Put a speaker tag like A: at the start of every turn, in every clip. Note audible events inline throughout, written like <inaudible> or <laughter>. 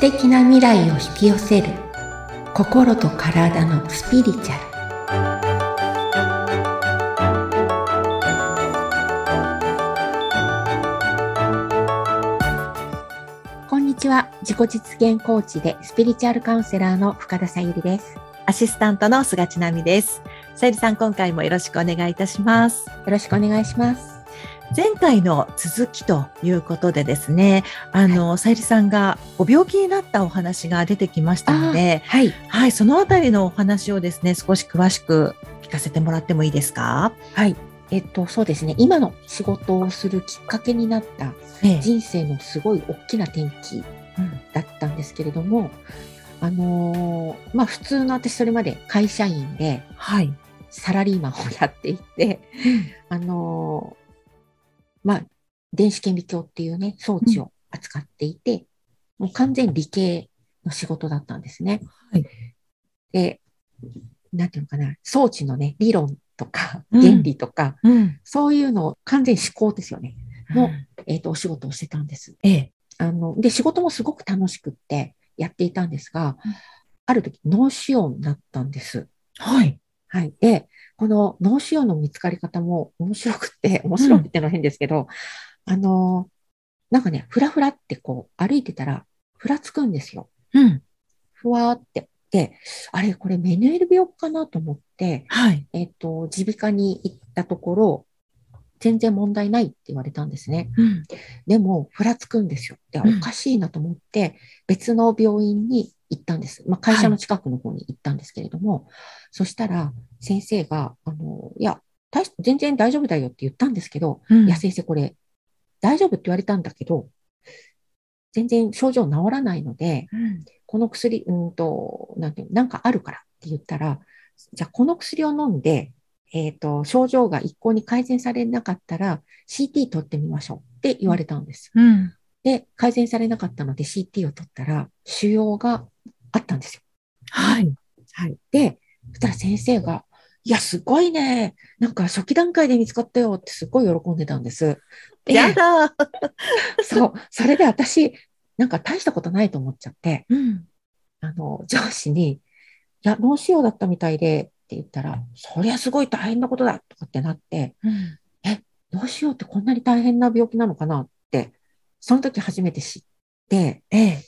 A: 敵な未来を引き寄せる心と体のスピリチュアルこんにちは自己実現コーチでスピリチュアルカウンセラーの深田さゆりですよ
B: アシスタントの菅千奈美です。さゆりさん、今回もよろしくお願いいたします。
A: ろしくお願いします
B: 前回の続きということでですね、あの、さゆりさんがご病気になったお話が出てきましたので、
A: はい
B: はい、そのあたりのお話をですね、少し詳しく聞かせてもらってもいいですか
A: はいえっとそうですね今の仕事をするきっかけになった
B: え
A: 人生のすごい大きな転機だったんですけれども、あのーまあ普通の私それまで会社員で
B: はい。
A: サラリーマンをやっていて、あのーまあ電子顕微鏡っていうね、装置を扱っていて、もう完全理系の仕事だったんですね。
B: はい
A: で、なんていうのかな、装置のね、理論とか
B: うん
A: 原理とか、
B: うん。
A: そういうのを完全思考ですよね。
B: もう、
A: えっ、と、お仕事をしてたんです。
B: ええ。
A: あの、で、仕事もすごく楽しくってやっていたんですが
B: うん、
A: ある時、脳腫瘍になったんです。
B: はい。
A: はい。で、この脳腫瘍の見つかり方も面白くって、面白くってのは変ですけど、あの、なんかね、ふらふらってこう歩いてたら、ふらつくんですよ。
B: うん。
A: ふわーって。で、あれ、これメヌエル病かなと思って、
B: はい。
A: えっと、耳鼻科に行ったところ、全然問題ないって言われたんですね。
B: うん。
A: でも、ふらつくんですよ。で、
B: うん
A: おかしいなと思って、別の病院に行ったんです。まあ、会社の近くの方に行ったんですけれども、そしたら、先生が、あの、いや、大し全然大丈夫だよって言ったんですけど、
B: うん
A: いや、先生、これ、大丈夫って言われたんだけど、全然症状治らないので、
B: うん
A: この薬、うんと、なんていうの、なんかあるからって言ったら、じゃあ、この薬を飲んで、えっ、と、症状が一向に改善されなかったら、CT 取ってみましょうって言われたんです。
B: うん。
A: で、改善されなかったので CT を取ったら、腫瘍があったんですよ。
B: はい。
A: はい。で、そしたら先生が、いや、すごいね。なんか初期段階で見つかったよってすごい喜んでたんです。で
B: やだー。
A: そう。それで私、なんか大したことないと思っちゃって、
B: うん。
A: あの、上司に、いや、脳腫瘍だったみたいで、って言ったら、そりゃすごい大変なことだとかってなって、
B: うん。
A: 脳腫瘍ってこんなに大変な病気なのかなって、その時初めて知って、
B: ええ。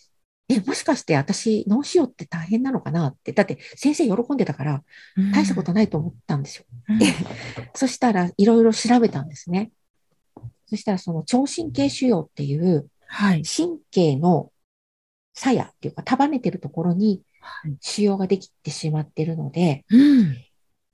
A: え、もしかして私、脳腫瘍って大変なのかなって。だって先生喜んでたから、大したことないと思ったんですよ。
B: うん。
A: そしたらいろいろ調べたんですね。そしたらその聴神経腫瘍っていう
B: はい。
A: 神経の鞘っていうか束ねてるところに腫瘍ができてしまってるので、
B: うん。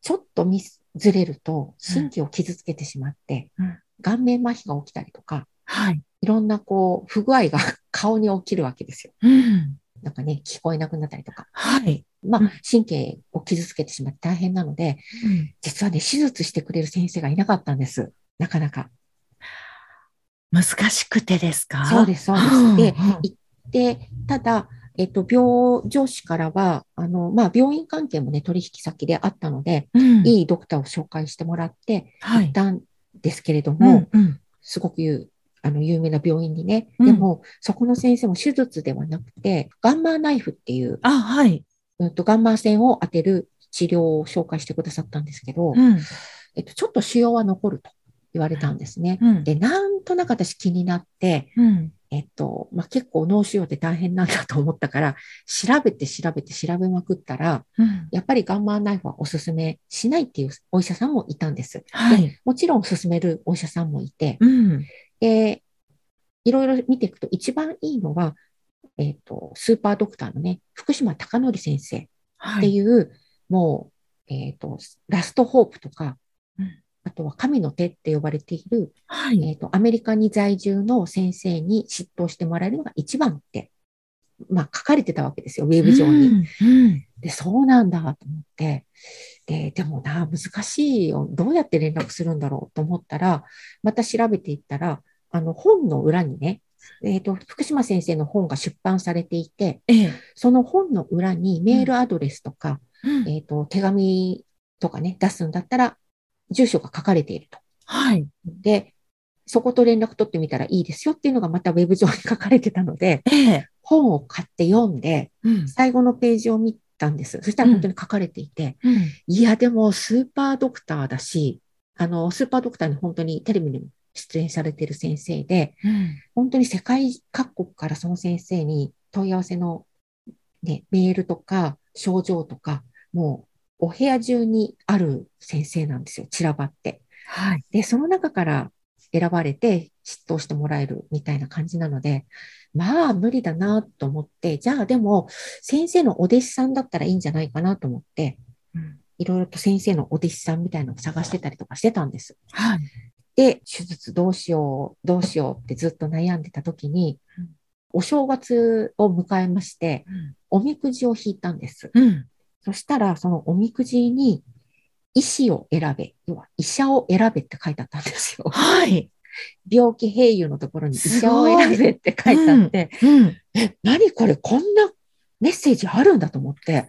A: ちょっとミスずれると神経を傷つけてしまって
B: うん、
A: 顔面麻痺が起きたりとか、
B: はい。
A: いろんなこう不具合が <laughs> 顔に起きるわけですよ。
B: うん。
A: なんかね、聞こえなくなったりとか。
B: はい。
A: まあ
B: うん、
A: 神経を傷つけてしまって大変なので、実はね、手術してくれる先生がいなかったんです。なかなか。
B: 難しくてですか
A: そうですそうです
B: ん
A: で
B: うん
A: で、ただ、えっと、病、上司からは、あの、まあ、病院関係もね、取引先であったので、
B: うん
A: いいドクターを紹介してもらって、
B: は
A: 行っ
B: い。
A: たんですけれど
B: う
A: も、
B: んうん
A: すごく有あの、有名な病院にね。
B: うん
A: でも、そこの先生も手術ではなくて、ガンマナイフっていう、
B: あ、はい。
A: うんと、ガンマ線を当てる治療を紹介してくださったんですけど、
B: うん
A: えっと、ちょっと腫瘍は残ると言われたんですね。
B: うん
A: で、なんとなく私気になって、
B: うん
A: えっと、まあ、結構脳腫瘍って大変なんだと思ったから、調べて調べて調べまくったら、
B: うん
A: やっぱりガンマナイフはおすすめしないっていうお医者さんもいたんです。
B: はい。
A: もちろん勧めるお医者さんもいて、
B: うん
A: で、いろいろ見ていくと一番いいのは、えっと、スーパードクターのね、福島貴則先生っ
B: は
A: て
B: い。
A: いう、もう、えっ、と、ラストホープとか、
B: うん
A: あとは神の手って呼ばれている、
B: はい。
A: えっ、と、アメリカに在住の先生に執刀してもらえるのが一番って、まあ、書かれてたわけですよ、ウェブ上に。
B: うん
A: で、そうなんだと思って、で、でもな、難しいよ。どうやって連絡するんだろうと思ったら、また調べていったら、あの、本の裏にね、えっ、と、福島先生の本が出版されていて、
B: ええ
A: その本の裏にメールアドレスとか、
B: うん
A: えっ、と、手紙とかね、出すんだったら、住所が書かれていると。
B: はい。
A: で、そこと連絡取ってみたらいいですよっていうのがまたウェブ上に書かれてたので、
B: ええ
A: 本を買って読んで、
B: うん
A: 最後のページを見たんです。そしたら本当に書かれていて、いや、でもスーパードクターだし、あの、スーパードクターに本当にテレビにも出演されてる先生で、本当に世界各国からその先生に問い合わせの、ね、メールとか症状とか、もうお部屋中にある先生なんですよ、散らばって。
B: はい。
A: で、その中から選ばれて執刀してもらえるみたいな感じなので、まあ無理だなと思って、じゃあでも先生のお弟子さんだったらいいんじゃないかなと思って、いろいろと先生のお弟子さんみたいなのを探してたりとかしてたんです。
B: はい。
A: で、手術どうしよう、どうしようってずっと悩んでた時に
B: うん、
A: お正月を迎えまして、おみくじを引いたんです。
B: うん。
A: そしたら、そのおみくじに、医師を選べ、要は医者を選べって書いてあったんですよ。 <laughs>
B: はい。
A: 病気併用のところに医
B: す
A: 者を
B: ごい
A: 選べって書いてあって、
B: うん。
A: 何これ、こんなメッセージあるんだと思って、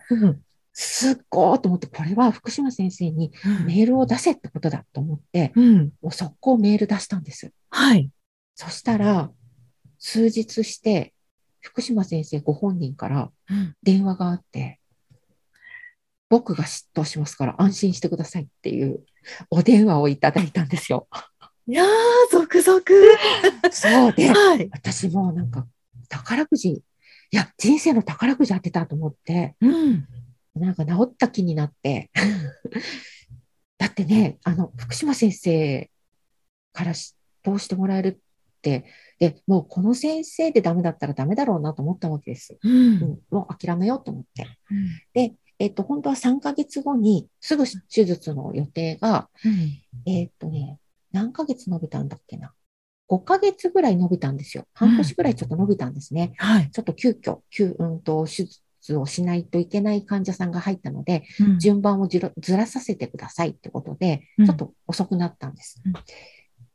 A: すっごーと思って、これは福島先生にメールを出せってことだと思って、
B: うん。
A: もう速攻メール出したんです。
B: はい。
A: そしたら、数日して、福島先生ご本人から電話があって、僕が嫉妬しますから安心してくださいっていうお電話をいただいたんですよ。
B: いやー、続々。
A: そうで、
B: はい。
A: 私もなんか宝くじ、いや、人生の宝くじ当てたと思って、
B: うん。
A: なんか治った気になって。 <laughs> だってね、あの、福島先生からしどうしてもらえるって、で、もうこの先生でダメだったらダメだろうなと思ったわけです。
B: う。
A: うんん、もう諦めようと思って。えっと、本当は3ヶ月後に、すぐ手術の予定が、えっとね、何ヶ月伸びたんだっけな。5ヶ月ぐらい伸びたんですよ。半年ぐらいちょっと伸びたんですね。
B: はい。
A: ちょっと急遽、急、うんと、手術をしないといけない患者さんが入ったので、
B: うん
A: 順番をじらずらさせてくださいってことで、
B: うん
A: ちょっと遅くなったんです。
B: うん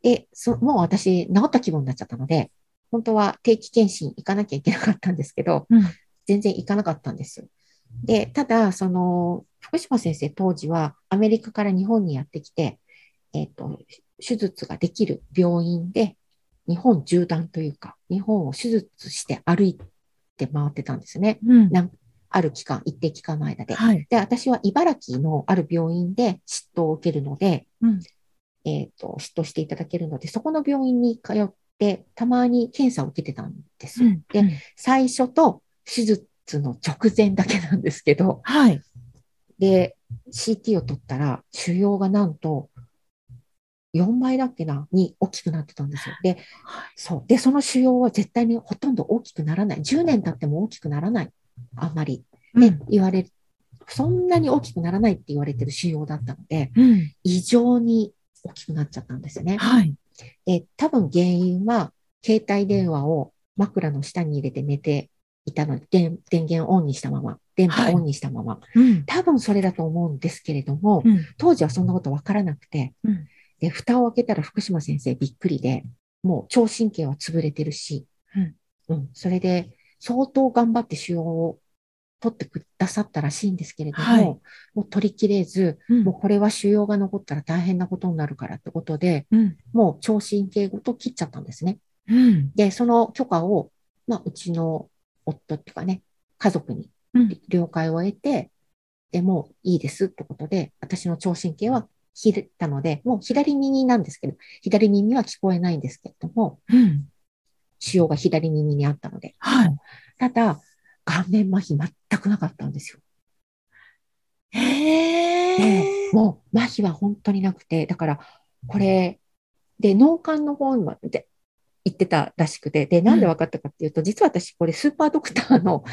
A: でそ、もう私、治った気分になっちゃったので、本当は定期検診行かなきゃいけなかったんですけど、
B: うん
A: 全然行かなかったんです。で、ただ、その、福島先生当時はアメリカから日本にやってきて、えっ、と、手術ができる病院で、日本縦断というか、日本を手術して歩いて回ってたんですね。
B: うん
A: ある期間、一定期間の間で。
B: はい。
A: で、私は茨城のある病院で嫉妬を受けるので、
B: うん
A: えっ、と、嫉妬していただけるので、そこの病院に通って、たまに検査を受けてたんです。
B: うん
A: で最初と手術の直前だけなんですけど、
B: はい。
A: で、CT を取ったら、腫瘍がなんと、4倍だっけなに大きくなってたんですよ。で、そう。で、その腫瘍は絶対にほとんど大きくならない。10年経っても大きくならない。あんまり。
B: う
A: で
B: ん、
A: 言われる。そんなに大きくならないって言われてる腫瘍だったので、
B: うん。
A: 異常に大きくなっちゃったんですよね。
B: はい。
A: で、多分原因は、携帯電話を枕の下に入れて寝ていたので、電電源オンにしたまま、電波オンにしたまま、
B: うん。
A: 多分それだと思うんですけれども、
B: うん。
A: 当時はそんなことわからなくて、
B: うん
A: で、蓋を開けたら福島先生びっくりで、もう聴神経は潰れてるし、
B: うん
A: うんそれで相当頑張って腫瘍を取ってくださったらしいんですけれども、
B: はい
A: もう取りきれず、
B: うん
A: もうこれは腫瘍が残ったら大変なことになるからってことで、
B: うん。
A: もう聴神経ごと切っちゃったんですね。
B: うん。
A: で、その許可を、まあ、うちの夫っていうかね、家族に
B: うん
A: 了解を得て、でもういいですってことで、私の聴神経は切れたので、もう左耳なんですけど、左耳は聞こえないんですけれども、
B: うん。
A: 腫瘍が左耳にあったので。
B: はい。
A: ただ、顔面麻痺全くなかったんですよ。
B: へえ。
A: もう麻痺は本当になくて、だから、これ、で、脳幹の方まで行ってたらしくて、で、なんで分かったかっていうと、実は私、これ、スーパードクターの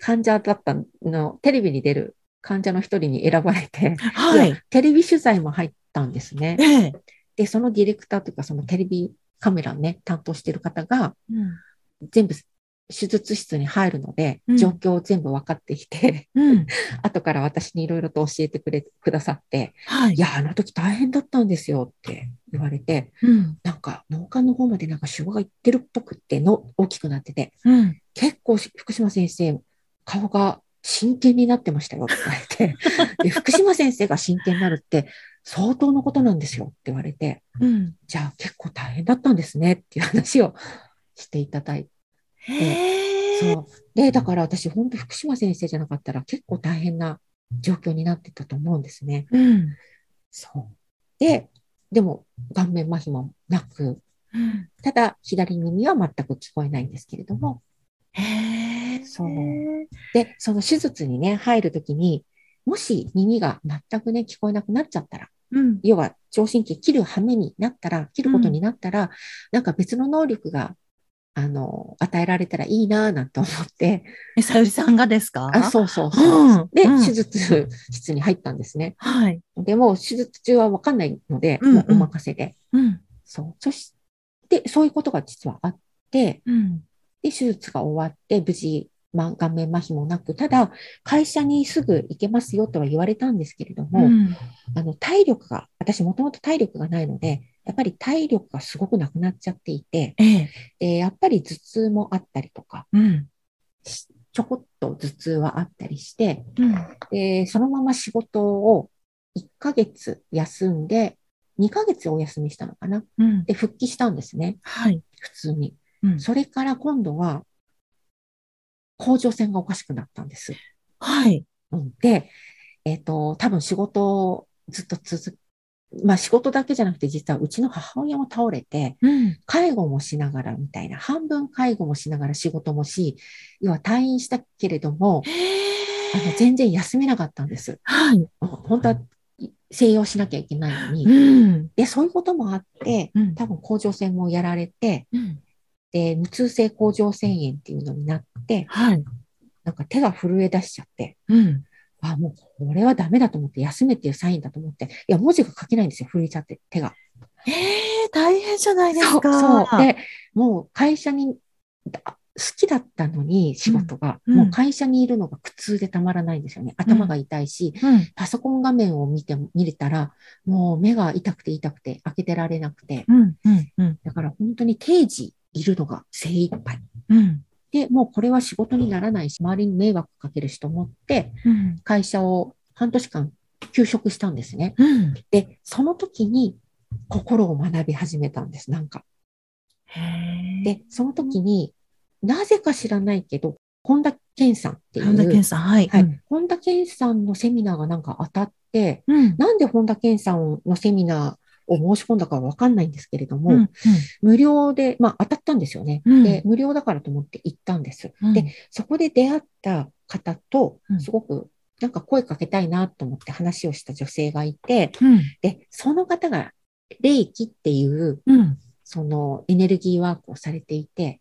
A: 患者だったの、テレビに出る患者の一人に選ばれて、
B: はい。
A: テレビ取材も入ったんですね。
B: ええ。
A: で、そのディレクターというか、そのテレビカメラね、担当してる方が、
B: うん。
A: 全部手術室に入るので
B: う、ん
A: 状況を全部分かってきて、 <laughs>
B: うん。
A: 後から私にいろいろと教えてくれ、くださって、
B: はい
A: い。や、あの時大変だったんですよって言われて、
B: うん。
A: なんか脳幹の方までなんか腫瘍がいってるっぽくっての、大きくなってて、
B: うん。
A: 結構し福島先生、顔が真剣になってましたよって言われて、で福島先生が真剣になるって相当のことなんですよって言われて、
B: うん。
A: じゃあ結構大変だったんですねっていう話をしていただいて、
B: へえ。
A: そう。で、だから私、本当福島先生じゃなかったら結構大変な状況になってたと思うんですね。
B: うん。
A: そう。で、でも顔面麻痺もなく、ただ左耳は全く聞こえないんですけれども、
B: へえ。
A: そうで、その手術にね、入るときに、もし耳が全くね、聞こえなくなっちゃったら、
B: うん。
A: 要は聴診器切る羽目になったら、切ることになったら、なんか別の能力が、あの、与えられたらいいなぁなんて思って、
B: え、さゆりさんがですか
A: あ、そうそうそう。
B: うん
A: で、
B: うん
A: 手術室に入ったんですね。
B: はい。
A: でも、手術中はわかんないので、
B: うんうん
A: もうお任せで。
B: うん。
A: そう。そして、そういうことが実はあって、
B: うん。
A: で、手術が終わって、無事、ま、顔面麻痺もなく、ただ、会社にすぐ行けますよとは言われたんですけれども、
B: ん。
A: あの、体力が、私もともと体力がないので、やっぱり体力がすごくなくなっちゃっていて、
B: ええ。
A: で、やっぱり頭痛もあったりとか、
B: うん。
A: しちょこっと頭痛はあったりして、
B: うん。
A: で、そのまま仕事を1ヶ月休んで、2ヶ月お休みしたのかな。
B: うん。
A: で、復帰したんですね。
B: はい。
A: 普通に。
B: うん
A: それから今度は、甲状腺がおかしくなったんです。
B: はい。
A: うんで、えっ、と、多分仕事をずっと続く、まあ仕事だけじゃなくて実はうちの母親も倒れて、
B: うん。
A: 介護もしながらみたいな、半分介護もしながら仕事もし、要は退院したけれども、あの全然休めなかったんです。
B: はい。
A: うん本当はい静養しなきゃいけないのに。
B: ん。
A: で、そういうこともあって、
B: うん。
A: 多分甲状腺もやられて、
B: うん。
A: で、無痛性甲状腺炎っていうのになって、
B: はい。
A: なんか手が震え出しちゃって、
B: うん。
A: あ、もうこれはダメだと思って、休めっていうサインだと思って、いや、文字が書けないんですよ、震えちゃって、手が。
B: ええ、大変じゃないですか。
A: そうそう。で、もう会社に、あ好きだったのに、仕事が、
B: うん
A: もう会社にいるのが苦痛でたまらないんですよね。頭が痛いし、
B: うん。
A: パソコン画面を見て、見れたら、もう目が痛くて痛くて、開けてられなくて。
B: うん。うん。うん。
A: だから本当に定時いるのが精一杯。
B: うん。
A: で、もうこれは仕事にならないし、周りに迷惑かけるしと思って、
B: うん。
A: 会社を半年間休職したんですね。
B: うん。
A: で、その時に心を学び始めたんです、なんか。
B: へえ。
A: で、その時に、なぜか知らないけど、本田健さんっていう、
B: 本田健さん、はい。
A: はい、本田健さんのセミナーがなんか当たって、
B: うん。
A: なんで本田健さんのセミナーを申し込んだかわかんないんですけれども、
B: うん。
A: 無料で、まあ当たったんですよね、
B: うん
A: で。無料だからと思って行ったんです。
B: うん。
A: で、そこで出会った方と
B: う、ん
A: すごくなんか声かけたいなと思って話をした女性がいて、
B: うん。
A: で、その方が、霊気っていう
B: うん。
A: そのエネルギーワークをされていて、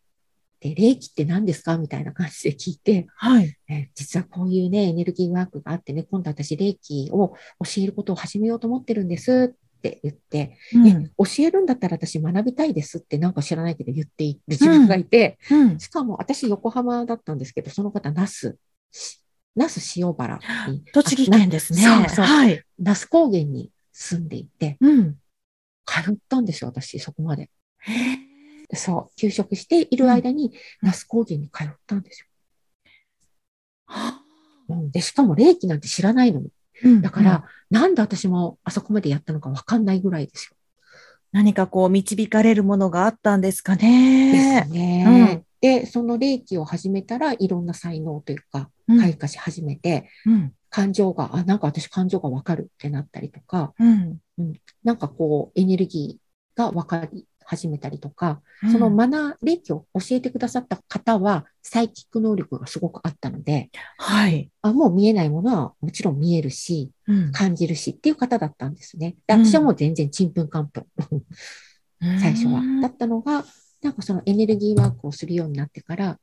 A: で、霊気って何ですかみたいな感じで聞いて、
B: はい。
A: えー実はこういうね、エネルギーワークがあってね、今度私霊気を教えることを始めようと思ってるんですって言って、
B: うん
A: いや教えるんだったら私学びたいですってなんか知らないけど言っている自分がいて、
B: うん。
A: しかも私横浜だったんですけど、その方那須、し那須塩原に、
B: 栃木
A: あ
B: 県
A: な
B: ですね。
A: そうそう
B: はい。
A: 那須高原に住んでいて、
B: うん。
A: 通ったんですよ、私、そこまで。そう、休職している間に、那須高原に通ったんです
B: は
A: よ。うんで、しかも霊気なんて知らないのに。
B: うん
A: だから、、なんで私もあそこまでやったのかわかんないぐらいですよ。
B: 何かこう、導かれるものがあったんですかね。
A: です
B: う
A: ね
B: ん。
A: で、その霊気を始めたらいろんな才能というか、
B: うん
A: 開花し始めて、
B: うん。
A: 感情が、あ、なんか私感情がわかるってなったりとか、
B: うん。
A: なんかこう、エネルギーがわかり始めたりとか、その
B: ま、
A: 学、霊気を教えてくださった方は、サイキック能力がすごくあったので、
B: はい。
A: あ、もう見えないものはもちろん見えるし、
B: うん
A: 感じるしっていう方だったんですね。で
B: うん
A: 私はもう全然ちんぷんかんぷん、最初は。だったのが、なんかそのエネルギーワークをするようになってから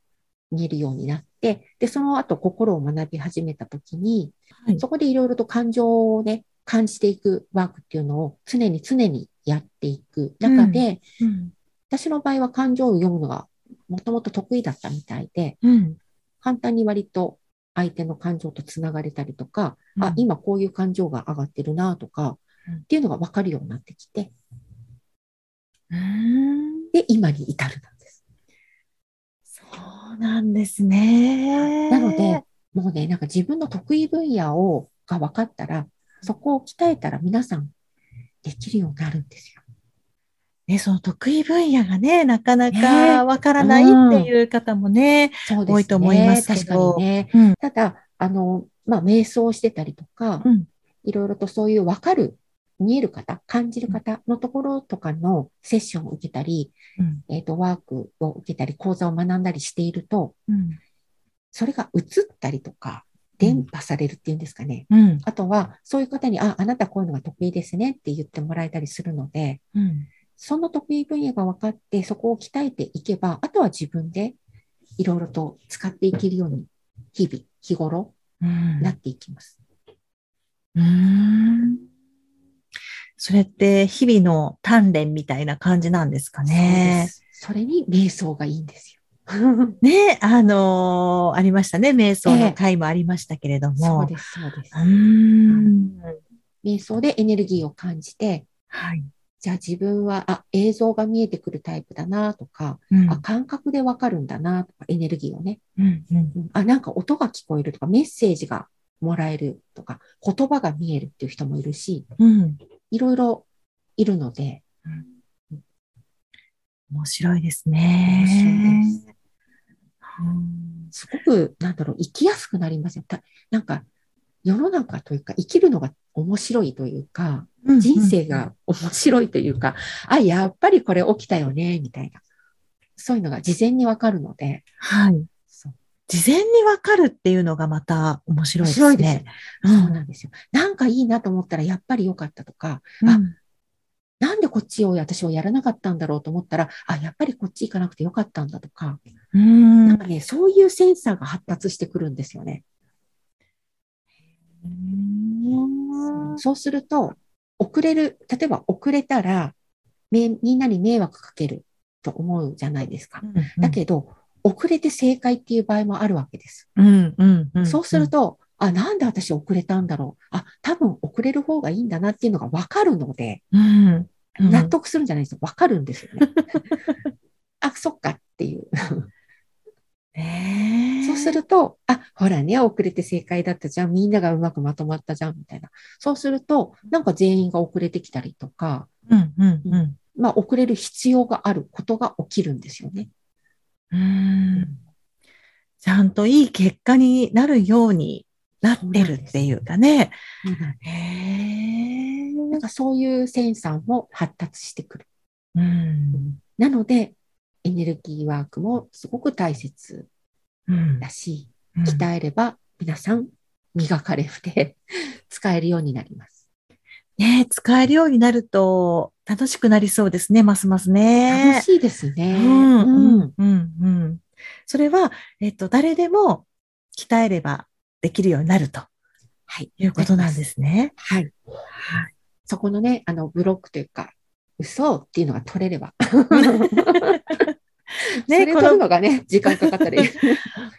A: 見えるようになって、で、その後心を学び始めた時に、
B: はい
A: そこでいろいろと感情をね、感じていくワークっていうのを常に常にやっていく中で、
B: うん。
A: 私の場合は感情を読むのがもともと得意だったみたいで、
B: うん。
A: 簡単に割と相手の感情とつながれたりとか、
B: う
A: あ
B: ん、
A: 今こういう感情が上がってるなとか、
B: うん
A: っていうのが分かるようになってきて、
B: うん。
A: で、今に至るなんです。
B: そうなんですね。
A: なので、、もうね、なんか自分の得意分野を、が分かったら、そこを鍛えたら皆さんできるようになるんですよ。
B: ね、その得意分野がね、なかな
A: ね
B: かわからないっていう方もね、
A: そうですね。
B: 多いと思いますけど
A: 確かにね。
B: うん
A: ただ、あの、まあ、瞑想してたりとか、
B: うん
A: いろいろとそういうわかる、見える方、感じる方のところとかのセッションを受けたり、
B: うん
A: えっ、と、ワークを受けたり、講座を学んだりしていると、
B: うん
A: それが映ったりとか、伝播されるっていうんですかね。
B: うん
A: あとは、そういう方に、あ、あなたこういうのが得意ですねって言ってもらえたりするので、
B: うん
A: その得意分野が分かって、そこを鍛えていけば、あとは自分でいろいろと使っていけるように、日々、日頃、
B: うん
A: なっていきます。
B: うーんそれって日々の鍛錬みたいな感じなんですか
A: そうで
B: ね。
A: すそれに瞑想がいいん <laughs> ですよ。
B: ね、あのーありましたね。瞑想の回もありましたけれど
A: そ
B: も。
A: うです、そうです
B: う。ん。
A: 瞑想でエネルギーを感じて、
B: はい。
A: じゃあ自分は、あ、映像が見えてくるタイプだなとか、
B: うん
A: あ、感覚でわかるんだなとか、エネルギーをね。
B: うんうん
A: うんあ、なんか音が聞こえるとか、メッセージがもらえるとか、言葉が見えるっていう人もいるし、
B: うん
A: いろいろいるので、
B: 面白いです
A: 面
B: ね。
A: 白いです
B: うん
A: すごく、なんだろう、生きやすくなりますよ。たなんか、世の中というか、生きるのが面白いというか、人生が面白いというか、あ、やっぱりこれ起きたよね、みたいな。そういうのが事前にわかるので、
B: はい。
A: そう
B: 事前にわかるっていうのがまた面白いですね。
A: そうなんですよ。なんかいいなと思ったらやっぱり良かったとか、
B: うん
A: あなんでこっちを私はやらなかったんだろうと思ったら、あ、やっぱりこっち行かなくて良かったんだとか、
B: うん
A: なんかね、そういうセンサーが発達してくるんですよね。そうすると、遅れる、例えば遅れたら、めみんなに迷惑かけると思うじゃないですか。だけど、遅れて正解っていう場合もあるわけです。
B: うんうんうん
A: そうすると、あ、なんで私遅れたんだろう。あ、多分遅れる方がいいんだなっていうのが分かるので、
B: うんうん
A: 納得するんじゃないですよ。分かるんですよね。 <laughs> あ、そっかっていう。
B: ねえ
A: そうすると、あ、ほらね、遅れて正解だったじゃん。みんながうまくまとまったじゃん、みたいな。そうすると、なんか全員が遅れてきたりとか、
B: うんうんうん
A: まあ遅れる必要があることが起きるんですよね。
B: うんちゃんといい結果になるようになってるっていうかね。へえ
A: なんかそういうセンサーも発達してくる。
B: うん
A: なので、エネルギーワークもすごく大切
B: うん
A: だし、
B: うん
A: 鍛えれば皆さん磨かれて <laughs> 使えるようになります。
B: ねえ使えるようになると楽しくなりそうですね、ますますね。
A: 楽しいですね。
B: うん
A: う
B: うんんうんうんそれは、えっと、誰でも鍛えればできるようになると
A: はい。。
B: いうことなんです
A: <laughs>
B: すね。
A: はい。
B: はい。
A: そこのね、あの、ブロックというか、嘘っていうのが取れれば。 <laughs> ね、それ
B: こ
A: 取る
B: の、
A: のがね、時間かか
B: <laughs>
A: ったり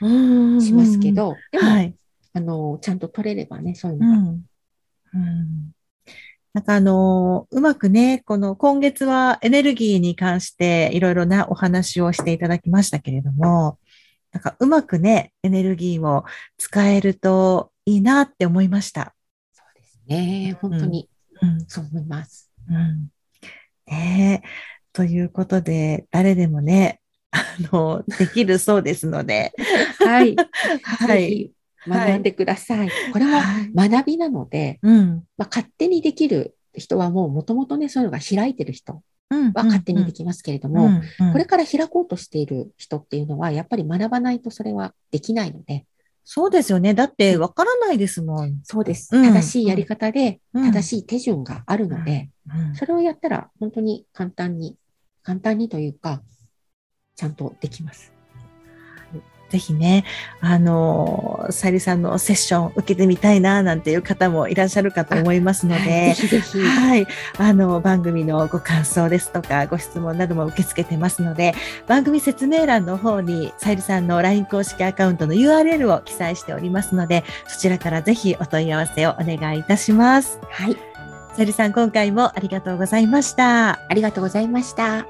B: うんうん
A: しますけ。ど、でも、
B: はい。
A: あの、ちゃんと取れればね、そういう
B: う
A: のが。
B: ん。うん。なんかあのー、うまくね、この今月はエネルギーに関していろいろなお話をしていただきましたけれども、なんかうまくね、エネルギーを使えるといいなって思いました。
A: そうですね。本当に、
B: うん。
A: そう思います。
B: うんねえ。ということで、誰でもね、あの、できるそうです
A: <laughs>
B: ので、
A: はい。
B: は
A: ぜ
B: い。
A: ひ、学んでください。これも
B: はい
A: 学びなので、
B: うん。
A: まあ、勝手にできる人はもうもともとね、そういうのが開いてる人
B: うん。
A: は勝手にできますけれども、
B: うんうん
A: これから開こうとしている人っていうのは、やっぱり学ばないとそれはできないので、
B: そうですよね。だって、わからないですもん。
A: そうです。
B: うん
A: 正しいやり方で、
B: うん
A: 正しい手順があるので、
B: うん
A: それをやったら本当に簡単に、簡単にというか、ちゃんとできます。
B: ぜひね、あのー、さゆりさんのセッション受けてみたいな、なんていう方もいらっしゃるかと思いますの
A: はい
B: で、
A: ぜひぜひ。
B: はい。あの、番組のご感想ですとか、ご質問なども受け付けてますので、番組説明欄の方に、さゆりさんの LINE 公式アカウントの URL を記載しておりますので、そちらからぜひお問い合わせをお願いいたします。
A: はい。
B: さゆりさん、今回もありがとうございました。
A: ありがとうございました。